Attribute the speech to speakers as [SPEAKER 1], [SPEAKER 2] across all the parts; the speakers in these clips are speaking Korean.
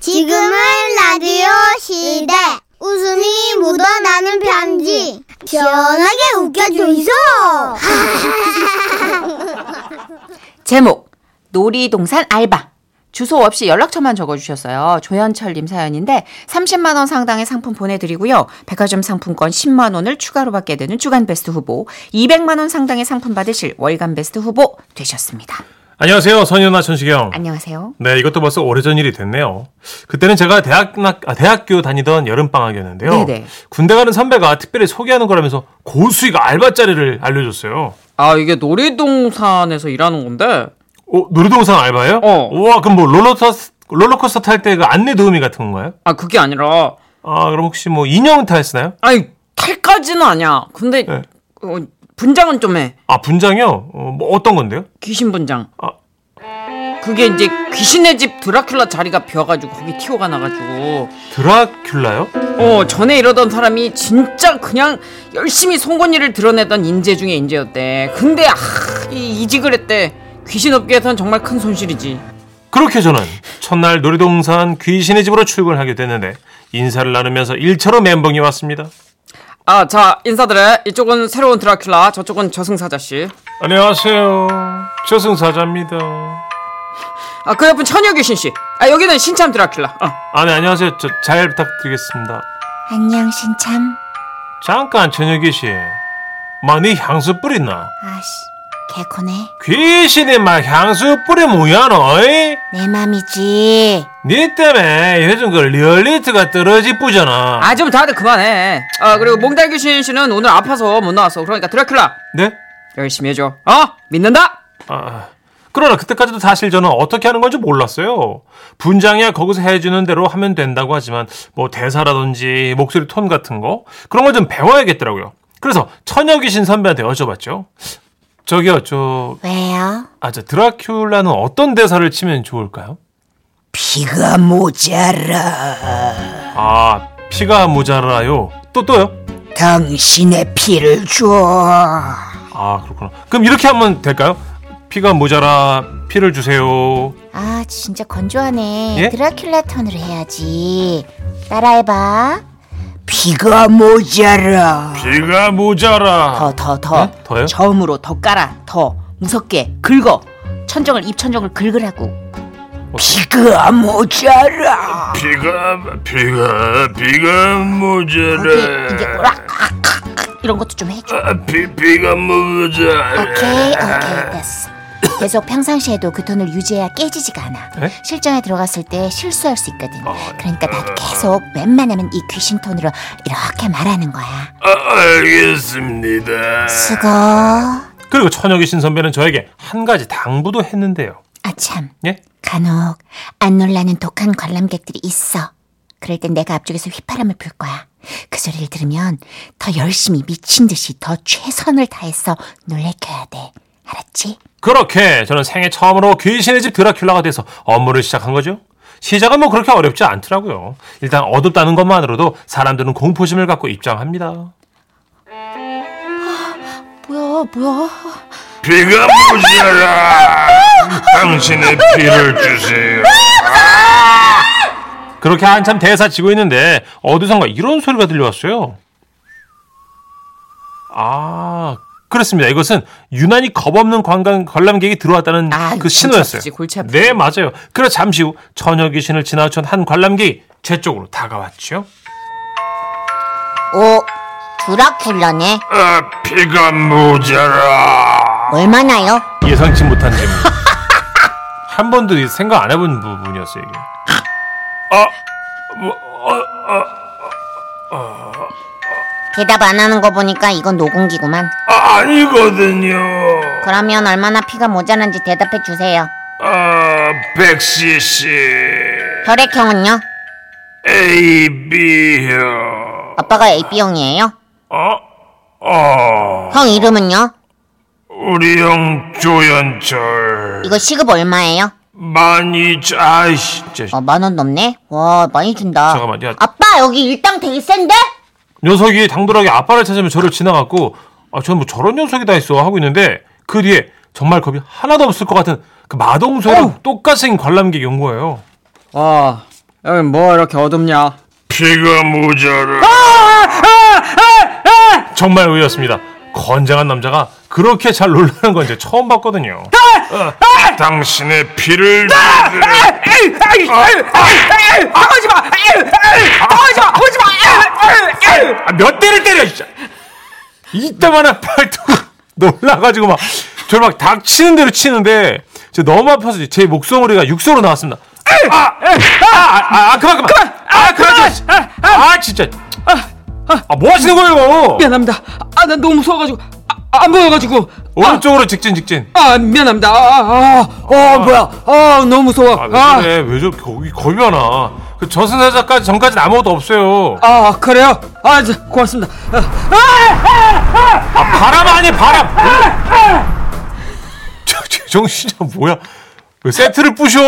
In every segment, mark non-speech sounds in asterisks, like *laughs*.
[SPEAKER 1] 지금은 라디오 시대. 웃음이 묻어나는 편지. 시원하게 웃겨주이소.
[SPEAKER 2] 아,
[SPEAKER 3] 제목 놀이동산 알바 주소 없이 연락처만 적어주셨어요. 조현철님 사연인데 30만 원 상당의 상품 보내드리고요. 백화점 상품권 10만 원을 추가로 받게 되는 주간 베스트 후보, 200만 원 상당의 상품 받으실 월간 베스트 후보 되셨습니다.
[SPEAKER 4] 안녕하세요. 선현아 천식영.
[SPEAKER 3] 안녕하세요.
[SPEAKER 4] 네, 이것도 벌써 오래전 일이 됐네요. 그때는 제가 대학, 아, 대학교 다니던 여름방학이었는데요.
[SPEAKER 3] 네네.
[SPEAKER 4] 군대 가는 선배가 특별히 소개하는 거라면서 고수익 알바자리를 알려줬어요.
[SPEAKER 5] 아 이게 놀이동산에서 일하는 건데
[SPEAKER 4] 어, 놀이동산 알바예요?
[SPEAKER 5] 어.
[SPEAKER 4] 우와, 그럼 뭐 롤러터, 롤러코스터 탈 때 그 안내 도우미 같은 건가요?
[SPEAKER 5] 아 그게 아니라
[SPEAKER 4] 아, 그럼 혹시 뭐 인형 타였나요?
[SPEAKER 5] 아니 탈까지는 아니야 근데
[SPEAKER 4] 네.
[SPEAKER 5] 어, 분장은 좀 해
[SPEAKER 4] 아, 분장이요? 어, 뭐 어떤 건데요?
[SPEAKER 5] 귀신 분장
[SPEAKER 4] 아.
[SPEAKER 5] 그게 이제 귀신의 집 드라큘라 자리가 비어가지고 거기 튀어가 나가지고
[SPEAKER 4] 드라큘라요?
[SPEAKER 5] 어 전에 이러던 사람이 진짜 그냥 열심히 송곳니를 드러내던 인재 중에 인재였대 근데 아, 이 이직을 했대 귀신 업계에선 정말 큰 손실이지
[SPEAKER 4] 그렇게 저는 첫날 놀이동산 귀신의 집으로 출근하게 됐는데 인사를 나누면서 일차로 멘붕이 왔습니다.
[SPEAKER 5] 아 자 인사드려 이쪽은 새로운 드라큘라 저쪽은 저승사자씨
[SPEAKER 4] 안녕하세요. 저승사자입니다.
[SPEAKER 5] 아, 그 옆은 천여 귀신 씨. 아, 여기는 신참 드라큘라. 어.
[SPEAKER 4] 아, 네, 안녕하세요. 저, 잘 부탁드리겠습니다.
[SPEAKER 3] 안녕 신참.
[SPEAKER 4] 잠깐, 저녁이 씨. 마, 네 향수 뿌리나?
[SPEAKER 3] 아씨 개코네.
[SPEAKER 4] 귀신이 막 향수 뿌리 뭐야, 너? 이?
[SPEAKER 3] 내 맘이지.
[SPEAKER 4] 네 때문에 요즘 그 리얼리티가 떨어지 뿌잖아.
[SPEAKER 5] 아, 좀 다들 그만해. 아, 그리고 몽달 귀신 씨는 오늘 아파서 못 나왔어. 그러니까 드라큘라
[SPEAKER 4] 네?
[SPEAKER 5] 열심히 해줘. 어, 믿는다.
[SPEAKER 4] 아, 그러나 그때까지도 사실 저는 어떻게 하는 건지 몰랐어요. 분장이야 거기서 해주는 대로 하면 된다고 하지만 뭐 대사라든지 목소리 톤 같은 거 그런 걸 좀 배워야겠더라고요. 그래서 천여귀신 선배한테 여쭤봤죠. 저기요, 저,
[SPEAKER 3] 왜요?
[SPEAKER 4] 아, 저 드라큘라는 어떤 대사를 치면 좋을까요?
[SPEAKER 3] 피가 모자라.
[SPEAKER 4] 아, 피가 모자라요. 또 또요?
[SPEAKER 3] 당신의 피를 줘.
[SPEAKER 4] 아, 그렇구나. 그럼 이렇게 하면 될까요? 피가 모자라 피를 주세요.
[SPEAKER 2] 아 진짜 건조하네
[SPEAKER 4] 예?
[SPEAKER 2] 드라큘라 턴으로 해야지 따라해봐
[SPEAKER 3] 피가 모자라.
[SPEAKER 4] 피가 모자라.
[SPEAKER 2] 더 더 더
[SPEAKER 4] 네? 더요?
[SPEAKER 2] 저음으로 더 깔아 더 무섭게 긁어 천정을 입천정을 긁으라고
[SPEAKER 3] 피가 모자라.
[SPEAKER 4] 피가 피가 피가 네.
[SPEAKER 2] 거기
[SPEAKER 4] 모자라.
[SPEAKER 2] 이게 으악, 악, 이런 것도 좀 해줘
[SPEAKER 4] 피 피가 모자라.
[SPEAKER 2] 오케이 오케이 됐어 계속 평상시에도 그 톤을 유지해야 깨지지가 않아
[SPEAKER 4] 에?
[SPEAKER 2] 실전에 들어갔을 때 실수할 수 있거든
[SPEAKER 4] 아,
[SPEAKER 2] 그러니까
[SPEAKER 4] 네.
[SPEAKER 2] 나도 계속 웬만하면 이 귀신 톤으로 이렇게 말하는 거야
[SPEAKER 4] 아, 알겠습니다.
[SPEAKER 2] 수고 아,
[SPEAKER 4] 그리고 천여귀신 선배는 저에게 한 가지 당부도 했는데요.
[SPEAKER 2] 아참
[SPEAKER 4] 예?
[SPEAKER 2] 간혹 안 놀라는 독한 관람객들이 있어. 그럴 땐 내가 앞쪽에서 휘파람을 불 거야. 그 소리를 들으면 더 열심히 미친 듯이 더 최선을 다해서 놀래켜야 돼. 알았지?
[SPEAKER 4] 그렇게 저는 생애 처음으로 귀신의 집 드라큘라가 돼서 업무를 시작한 거죠. 시작은 뭐 그렇게 어렵지 않더라고요. 일단 어둡다는 것만으로도 사람들은 공포심을 갖고 입장합니다.
[SPEAKER 2] 어, 뭐야, 뭐야.
[SPEAKER 4] 피가 모자라 당신의 피를 주세요 그렇게 한참 대사 치고 있는데 어디선가 이런 소리가 들려왔어요 아 그렇습니다 이것은 유난히 겁없는 관광 관람객이 들어왔다는
[SPEAKER 5] 아,
[SPEAKER 4] 그
[SPEAKER 5] 골치
[SPEAKER 4] 신호였어요
[SPEAKER 5] 아프지, 골치 아프지.
[SPEAKER 4] 네 맞아요 그러 잠시 후 처녀 귀신을 지나쳤던 한 관람객이 제 쪽으로 다가왔죠
[SPEAKER 2] 오, 드라큘라네.
[SPEAKER 4] 아 피가 모자라
[SPEAKER 2] 얼마나요?
[SPEAKER 4] 예상치 못한 질문. *laughs* 한 번도 이 생각 안 해본 부분이었어요 이게. 아, 뭐,
[SPEAKER 2] 대답 안 하는 거 보니까 이건 녹음기구만.
[SPEAKER 4] 아, 아니거든요.
[SPEAKER 2] 그러면 얼마나 피가 모자란지 대답해 주세요.
[SPEAKER 4] 아, 백시 씨,
[SPEAKER 2] 혈액형은요?
[SPEAKER 4] A B요.
[SPEAKER 2] 아빠가 AB형이에요?
[SPEAKER 4] 어, 어,
[SPEAKER 2] 형 이름은요?
[SPEAKER 4] 우리 형 조연철.
[SPEAKER 2] 이거 시급 얼마예요?
[SPEAKER 4] 많이 자, 아이씨, 진짜.
[SPEAKER 2] 어, 만원 넘네? 와, 많이 준다.
[SPEAKER 4] 잠깐만, 야.
[SPEAKER 2] 아빠, 여기 일당 되게 센데?
[SPEAKER 4] 녀석이 당돌하게 아빠를 찾으면 저를 지나갔고, 아, 저는 뭐 저런 녀석이 다 있어 하고 있는데, 그 뒤에 정말 겁이 하나도 없을 것 같은 그 마동석이랑 똑같이 생긴 관람객이 온 거예요.
[SPEAKER 5] 와, 여기 뭐 이렇게 어둡냐?
[SPEAKER 4] 피가 모자라. 정말 의였습니다. 건장한 남자가 그렇게 잘 놀라는 건 이제 처음 봤거든요. 당신의 피를
[SPEAKER 5] 어. 오지 마! 오지 마! 오지 마!
[SPEAKER 4] 아, 몇 대를 때려 진짜. 이따만한 팔뚝 *laughs* 놀라가지고 막 저를 막 닥치는 대로 치는데 제 너무 아파서 제 목소리가 육소로 나왔습니다. 아아아 아, 그만 그만 아 그만 좀. 아 진짜 아 뭐 하시는 거예요? 이거?
[SPEAKER 5] 미안합니다. 아, 난 너무 무서워가지고. 아, 안 보여가지고.
[SPEAKER 4] 오른쪽으로 직진 직진.
[SPEAKER 5] 아, 미안합니다. 아, 아, 아, 어, 뭐야. 아, 너무 무서워.
[SPEAKER 4] 아,
[SPEAKER 5] 아,
[SPEAKER 4] 왜 그래? 왜 저렇게 겁이, 겁이 많아? 그 저승사자까지 전까지는 아무것도 없어요.
[SPEAKER 5] 아, 그래요? 아, 저, 고맙습니다. 아,
[SPEAKER 4] 바람 아니 바람. 저, 저 *laughs* 정신이 뭐야? 왜 세트를 부셔?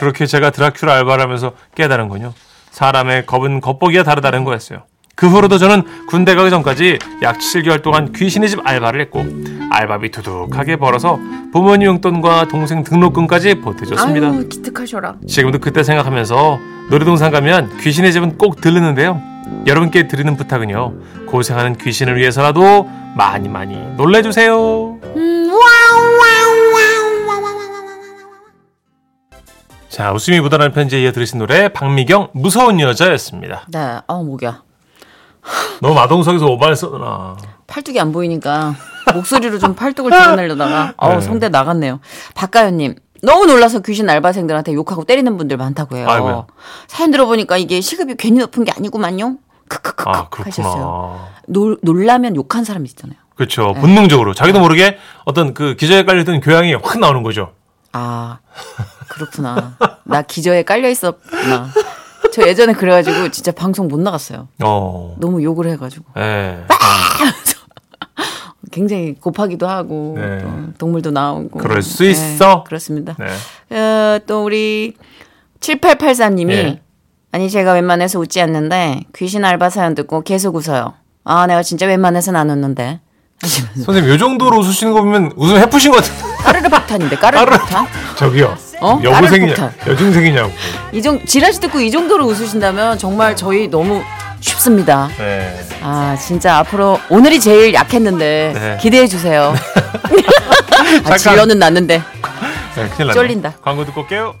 [SPEAKER 4] 그렇게 제가 드라큘 알바를 하면서 깨달은군요. 사람의 겁은 겉보기와 다르다는 거였어요. 그 후로도 저는 군대 가기 전까지 약 7개월 동안 귀신의 집 알바를 했고 알바비 두둑하게 벌어서 부모님 용돈과 동생 등록금까지 보태줬습니다.
[SPEAKER 3] 아유 기특하셔라.
[SPEAKER 4] 지금도 그때 생각하면서 놀이동산 가면 귀신의 집은 꼭 들르는데요. 여러분께 드리는 부탁은요. 고생하는 귀신을 위해서라도 많이 많이 놀래주세요. 자, 웃음이 묻어나는 편지에 이어 들으신 노래 박미경 무서운 여자였습니다.
[SPEAKER 3] 네, 어 목이야.
[SPEAKER 4] 너무 마동석에서 오바했었나.
[SPEAKER 3] 팔뚝이 안 보이니까 목소리로 좀 팔뚝을 드러내려다가 어우
[SPEAKER 4] *laughs* 네.
[SPEAKER 3] 성대 나갔네요. 박가연님 너무 놀라서 귀신 알바생들한테 욕하고 때리는 분들 많다고 해요.
[SPEAKER 4] 아이고야.
[SPEAKER 3] 사연 들어보니까 이게 시급이 괜히 높은 게 아니구만요. 크크크크
[SPEAKER 4] 아,
[SPEAKER 3] 하셨어요. 네.
[SPEAKER 4] 그렇구나.
[SPEAKER 3] 놀 놀라면 욕한 사람 있잖아요.
[SPEAKER 4] 그렇죠. 본능적으로 자기도 모르게 어떤 그 기저에 깔려있던 교양이 확 나오는 거죠.
[SPEAKER 3] 아 그렇구나. 나 기저에 깔려 있었구나. 저 예전에 그래가지고 진짜 방송 못 나갔어요.
[SPEAKER 4] 어.
[SPEAKER 3] 너무 욕을 해가지고
[SPEAKER 4] 예.
[SPEAKER 3] 굉장히 곱하기도 하고
[SPEAKER 4] 네.
[SPEAKER 3] 또 동물도 나오고.
[SPEAKER 4] 그럴 수
[SPEAKER 3] 네,
[SPEAKER 4] 있어.
[SPEAKER 3] 그렇습니다.
[SPEAKER 4] 네.
[SPEAKER 3] 어, 또 우리 7884님이
[SPEAKER 4] 예.
[SPEAKER 3] 아니 제가 웬만해서 웃지 않는데 귀신 알바 사연 듣고 계속 웃어요. 아 내가 진짜 웬만해서는 안 웃는데 하시면서
[SPEAKER 4] 선생님, 요 정도로 웃으시는 거 보면 웃음 해프신 것 같은데.
[SPEAKER 3] 까르르 폭탄인데 까르르 폭탄
[SPEAKER 4] *laughs* 저기요.
[SPEAKER 3] 어?
[SPEAKER 4] 여고생이냐?
[SPEAKER 3] 나를
[SPEAKER 4] 여중생이냐고.
[SPEAKER 3] 이정 지라시 듣고 이 정도로 웃으신다면 정말 저희 너무 쉽습니다.
[SPEAKER 4] 네.
[SPEAKER 3] 아 진짜 앞으로 오늘이 제일 약했는데
[SPEAKER 4] 네.
[SPEAKER 3] 기대해 주세요. 아,
[SPEAKER 4] *laughs* 잠깐.
[SPEAKER 3] 질러는 났는데
[SPEAKER 4] 네, 큰일 났네.
[SPEAKER 3] 쫄린다.
[SPEAKER 4] 광고 듣고 올게요.